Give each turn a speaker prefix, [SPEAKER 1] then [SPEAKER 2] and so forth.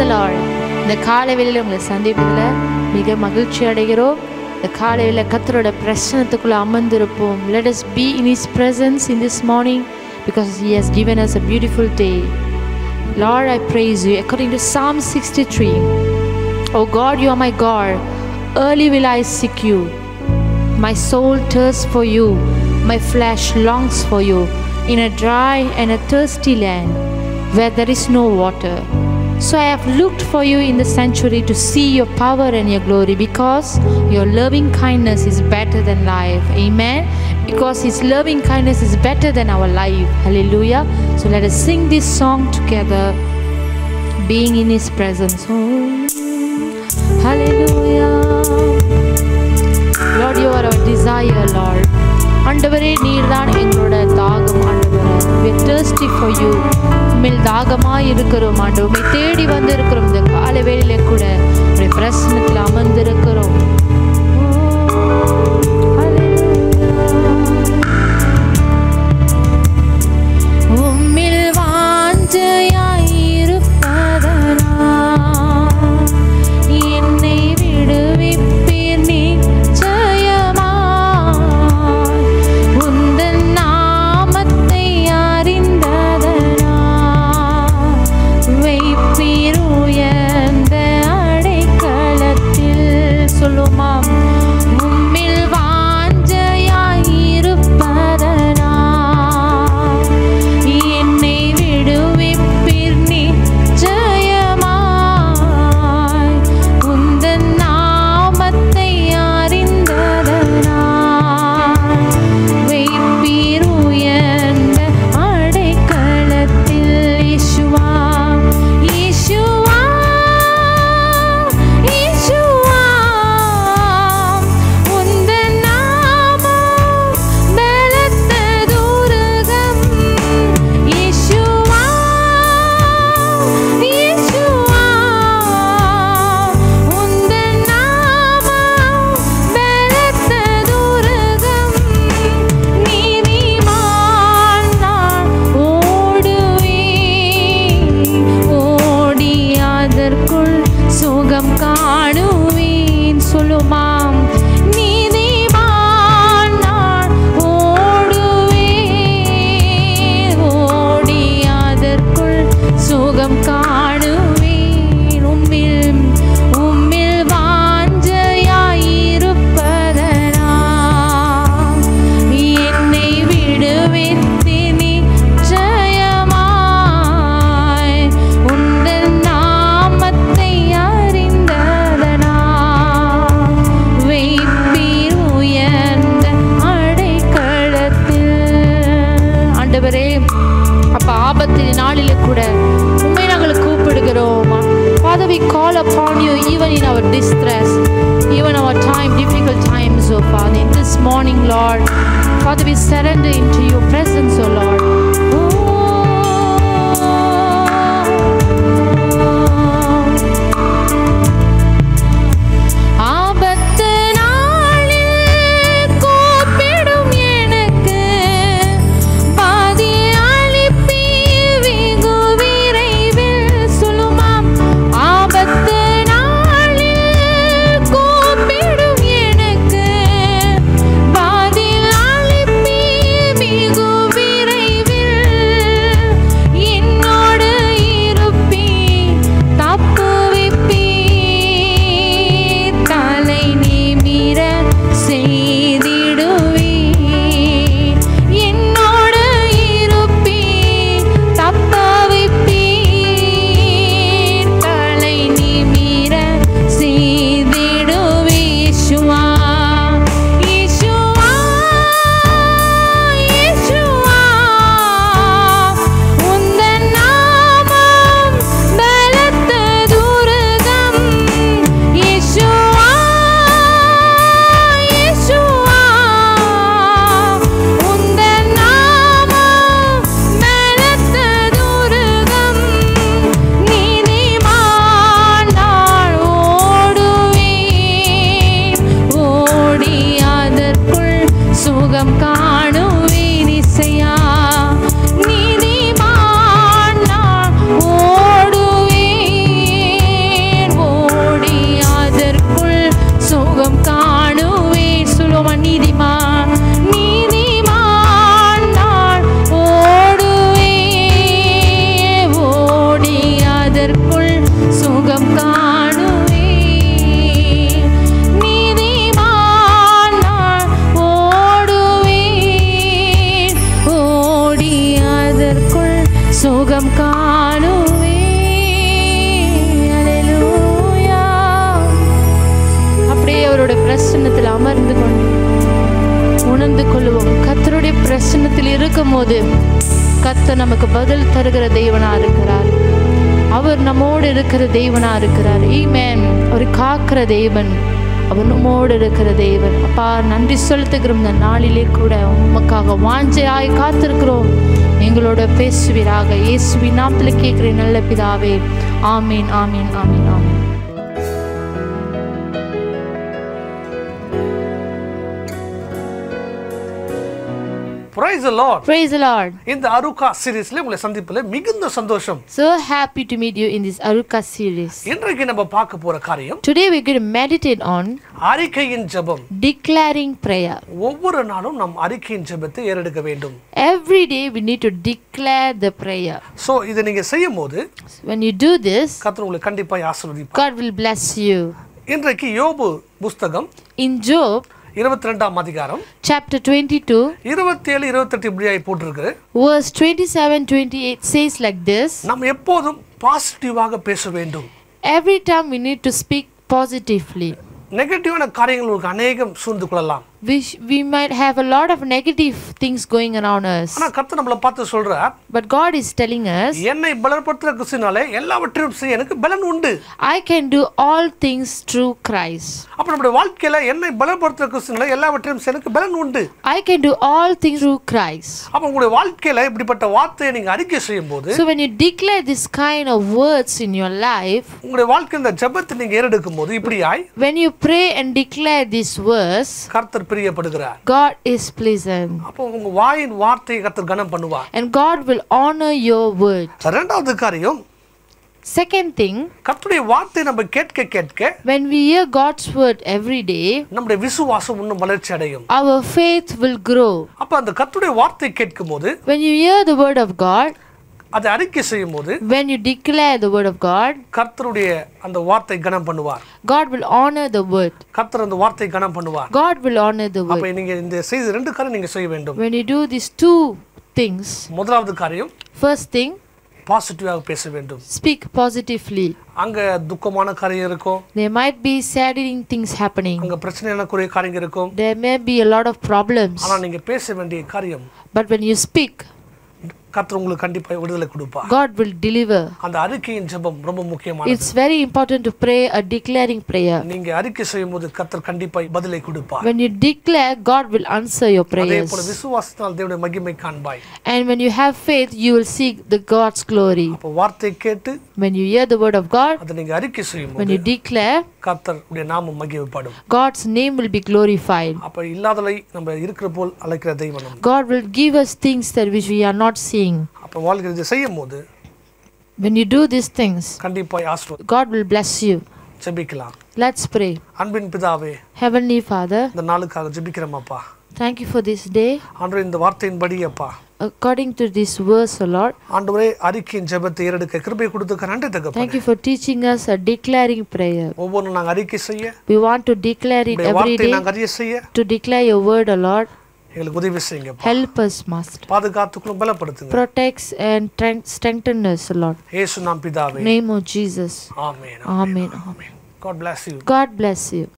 [SPEAKER 1] the Lord இந்த காலை வேளையில உங்களை சந்திப்பதில் மிக மகிழ்ச்சி அடைகிறோம் இந்த காலை வேளையில கர்த்தரோட பிரசனத்துக்குள்ள அமர்ந்திருப்போம் let us be in his presence in this morning because he has given us a beautiful day Lord I praise you according to Psalm 63 O God you are my God early will I seek you my soul thirsts for you my flesh longs for you in a dry and a thirsty land where there is no water. So I have looked for you in the sanctuary to see your power and your glory because your loving kindness is better than life. Amen. Because his loving kindness is better than our life. Hallelujah. So let us sing this song together, being in his presence. Oh, hallelujah. Lord you are our desire Lord ஆண்டவரே நீர்தான் எங்களோட தாகம் ஆண்டவரே we are thirsty for you மேல் தாகமாக இருக்கிறோம் ஆண்டு உம்மை தேடி வந்திருக்கிறோம் இந்த கால வேளையில கூட உடைய பிரசனத்தில் அமர்ந்திருக்கிறோம் உம்மில் வாஞ்சையாயிருப்பதனால் என்னை விடுவிப்பீர் நிச்சயமாய். உந்தன் நாமத்தை அறிந்ததனால் வைப்பீர் உயர்ந்த அடைக்கலத்தில். சொல்லுமாம். உம்மில் வாஞ்சையாயிருப்பதனால் என்னை விடுவிப்பீர் நிச்சயமாய். உந்தன் நாமத்தை அறிந்ததனால் வைப்பீர் உயர்ந்த அடைக்கலத்தில். இயேசுவா, இயேசுவா, இயேசுவா, உந்தன் நாமம் பலத்த தூரகம். இயேசுவா, இயேசுவா, உந்தன் நாமம் பலத்த தூரகம். நீதிமான் நான் ஓடுவேன், ஓடி அதற்குள் சுகம் காணுவேன் சொல்லுமாம் நீதிமான் நான் ஓடுவேன், ஓடி அதற்குள் சுகம் காணுவேன் உம்மில் உம்மில் வாஞ்சையாயிருப்பதனால் என்னை விடுவித்து நிச்சயமாய் உந்தன் நாமத்தை அறிந்ததனால் வைப்பீர் உயர்ந்த அடைக்கலத்தில் ஆண்டவரே அப்போ ஆபத்து நாளிலே கூட உண்மை நாங்கள் கூப்பிடுகிறோம் Father we call upon you even in our distress even our time difficult times oh Father in this morning Lord Father we surrender into your presence oh Lord Oh, ஆபத்து நாளில் கூப்பிடும் எனக்கு பாதி அளிப்பி வெகு விரைவில் சொல்லுமாம் ஆபத்து நாளில் கூப்பிடும் எனக்கு பாதி அளிப்பி வெகு விரைவில் உணர்ந்து கொள்வோம் கர்த்தருடைய பிரசன்னத்தில் இருக்கும்போது கர்த்தர் நமக்கு பதில் தருகிற தெய்வனா இருக்கிறார் அவர் நம்மோடு இருக்கிற தெய்வனா இருக்கிறார் ஈமேன் அவர் காக்கிற தெய்வன் அவர் நம்மோடு இருக்கிற தெய்வன் அப்பா நன்றி செலுத்துகிறோம் இந்த நாளிலே கூட உமக்காக வாஞ்சையாய் காத்திருக்கிறோம் எங்களோட பேசுவீராக இயேசுவின் நாமத்தில் கேட்கிறேன் நல்ல பிதாவே ஆமீன் ஆமீன் ஆமீன் ஆமீன்
[SPEAKER 2] praise Lord
[SPEAKER 1] Praise the Lord.
[SPEAKER 2] இந்த அருகா சீரீஸ்ல உங்களை சந்திப்புல மிகுந்த சந்தோஷம்
[SPEAKER 1] So happy to meet you in this Aruka series.
[SPEAKER 2] இன்றைக்கு நம்ம பார்க்க போற காரியம்
[SPEAKER 1] Today we're going to meditate on
[SPEAKER 2] அறிக்கையின் ஜெபம்
[SPEAKER 1] declaring prayer.
[SPEAKER 2] ஒவ்வொரு நாளும் நாம் அறிக்கையின் ஜெபத்தை ஏறெடுக்க வேண்டும்
[SPEAKER 1] Every day we need to declare the prayer.
[SPEAKER 2] So இதை நீங்க செய்யும் போது
[SPEAKER 1] When you do this,
[SPEAKER 2] கர்த்தர் உங்களை கண்டிப்பாக ஆசீர்வதிப்பார்
[SPEAKER 1] God will bless you.
[SPEAKER 2] இன்றைக்கு யோபு புஸ்தகம்
[SPEAKER 1] In Job
[SPEAKER 2] இருபத்தி ரெண்டாம் அதிகாரம்
[SPEAKER 1] chapter 22,
[SPEAKER 2] இருபத்தேழு இருபத்தெட்டு இப்படியாய் போட்டிருக்கு
[SPEAKER 1] verse 27 28 says like this
[SPEAKER 2] நாம் எப்போதும் பாசிட்டிவாக பேச வேண்டும்
[SPEAKER 1] Every time we need to speak positively.
[SPEAKER 2] நெகட்டிவான காரியங்கள் உங்களுக்கு அநேகம் சூழ்ந்து கொள்ளலாம்
[SPEAKER 1] We, sh- we might have a lot of negative things going around us.
[SPEAKER 2] ஆனா கர்த்தர் நம்மளை பார்த்து சொல்றார்
[SPEAKER 1] But God is telling us,
[SPEAKER 2] என்னை பலப்படுத்துற கிறிஸ்துனாலே எல்லாவற்றையும் செய்ய எனக்கு பலன் உண்டு
[SPEAKER 1] I can do all things through Christ.
[SPEAKER 2] அப்ப நம்முடைய வாழ்க்கையில என்னை பலப்படுத்துற கிறிஸ்துனால எல்லாவற்றையும் செய்ய எனக்கு பலன் உண்டு
[SPEAKER 1] I can do all things through Christ.
[SPEAKER 2] அப்ப உங்களுடைய வாழ்க்கையில இப்படிப்பட்ட வார்த்தையை நீங்க அறிக்கை செய்யும் போது
[SPEAKER 1] So when you declare this kind of words in your life,
[SPEAKER 2] உங்களுடைய வாழ்க்கையில் இந்த ஜெபத்தை நீங்க ஏறெடுக்கும் போது இப்படியாய்
[SPEAKER 1] when you pray and declare these words,
[SPEAKER 2] கர்த்தர் பிரியப்படுகிறார்
[SPEAKER 1] God is pleasant
[SPEAKER 2] அப்போ உங்க வாயின் வார்த்தையை கர்த்தர் கனம் பண்ணுவார்
[SPEAKER 1] and God will honor your word.
[SPEAKER 2] ரெண்டாவது காரியம்
[SPEAKER 1] Second thing,
[SPEAKER 2] கர்த்தருடைய வார்த்தையை நம்ம கேட்க கேட்க
[SPEAKER 1] when we hear God's word every day,
[SPEAKER 2] நம்முடைய விசுவாசம் இன்னும் வளர்ச்சி அடையும்
[SPEAKER 1] our faith will grow.
[SPEAKER 2] அப்ப அந்த கர்த்தருடைய வார்த்தையை கேட்கும் போது
[SPEAKER 1] When you hear the word of God,
[SPEAKER 2] அதை அறிக்கை செய்யும் போது
[SPEAKER 1] when you declare the word of God,
[SPEAKER 2] கர்த்தருடைய அந்த வார்த்தை கனம் பண்ணுவார்
[SPEAKER 1] God will honor the word.
[SPEAKER 2] கர்த்தர் அந்த வார்த்தை கனம் பண்ணுவார்
[SPEAKER 1] God will honor the word.
[SPEAKER 2] அப்ப நீங்க இந்த செய்தி ரெண்டு காரியம் நீங்க செய்ய வேண்டும்
[SPEAKER 1] When you do these two things,
[SPEAKER 2] முதலாவது காரியம்
[SPEAKER 1] first thing,
[SPEAKER 2] பாசிட்டிவாக பேச வேண்டும்
[SPEAKER 1] speak positively.
[SPEAKER 2] அங்க துக்கமான காரியம் இருக்கும்
[SPEAKER 1] There might be saddening things happening.
[SPEAKER 2] அங்க பிரச்சனையான குறைய காரியங்க இருக்கும்
[SPEAKER 1] There may be a lot of problems.
[SPEAKER 2] ஆனா நீங்க பேச வேண்டிய காரியம்
[SPEAKER 1] But when you speak,
[SPEAKER 2] கர்த்தர் உங்களுக்கு கண்டிப்பா விடுதலை கொடுப்பார்
[SPEAKER 1] God will deliver.
[SPEAKER 2] அந்த அறிக்கையின் ஜெபம் ரொம்ப முக்கியமானது
[SPEAKER 1] It's very important to pray a declaring prayer.
[SPEAKER 2] நீங்க அறிக்கை செய்யும் போது கர்த்தர் கண்டிப்பா பதிலை கொடுப்பார்
[SPEAKER 1] When you declare, God will answer your
[SPEAKER 2] அதே போல
[SPEAKER 1] prayers.
[SPEAKER 2] விசுவாசத்தினால் தேவனுடைய மகிமை காண்பாய்
[SPEAKER 1] And when you have faith, you will see the God's glory.
[SPEAKER 2] அப்போ வார்த்தை கேட்டு
[SPEAKER 1] When you hear the word of God,
[SPEAKER 2] அதை நீங்க அறிக்கை செய்யும்
[SPEAKER 1] when
[SPEAKER 2] போது
[SPEAKER 1] you declare,
[SPEAKER 2] கர்த்தர் உடைய நாமம் மகிமைப்படும்
[SPEAKER 1] God's name will be glorified.
[SPEAKER 2] அப்ப இல்லாதலை நம்ம இருக்கிற போல் அழைக்கிற தெய்வம் நம்ம.
[SPEAKER 1] God will give us things that which we are not seeing.
[SPEAKER 2] அப்ப வாழ்க்கை இதை செய்யும் போது
[SPEAKER 1] When you do these things,
[SPEAKER 2] கண்டிப்பாய் ஆசிர்வாதம்
[SPEAKER 1] God will bless you.
[SPEAKER 2] ஜெபிக்கலாம்
[SPEAKER 1] Let's pray.
[SPEAKER 2] அன்பின் பிதாவே
[SPEAKER 1] Heavenly Father,
[SPEAKER 2] இந்த நாளுக்காக ஜெபிக்கிறோமப்பா
[SPEAKER 1] thank you for this day.
[SPEAKER 2] ஆண்டு இந்த வார்த்தையின்படி அப்பா
[SPEAKER 1] According to this verse, O Lord,
[SPEAKER 2] ஆண்டவரே அறிக்கையின் ஜெபத்தை ஏறெடுக்க கிருபை கொடுத்துக்க நன்றி தகப்பா
[SPEAKER 1] thank you for teaching us a declaring prayer.
[SPEAKER 2] ஒவ்வொன்றும் நாங்கள் அறிக்கை செய்ய
[SPEAKER 1] We want to declare it
[SPEAKER 2] உங்களுடைய
[SPEAKER 1] every
[SPEAKER 2] வார்த்தையை
[SPEAKER 1] day,
[SPEAKER 2] நாங்கள் அறிய செய்ய
[SPEAKER 1] to declare your word, O Lord.
[SPEAKER 2] எங்களுக்கு உதவி செய்யுங்கப்பா
[SPEAKER 1] Help us, Master.
[SPEAKER 2] பாதுகாத்துக்குள்ள பலப்படுத்துங்க
[SPEAKER 1] Protect and strength- strengthen us, O Lord.
[SPEAKER 2] ஏசு நாம் பிதாவே
[SPEAKER 1] Name of Jesus.
[SPEAKER 2] Amen
[SPEAKER 1] Amen.
[SPEAKER 2] Amen God bless you
[SPEAKER 1] God bless you.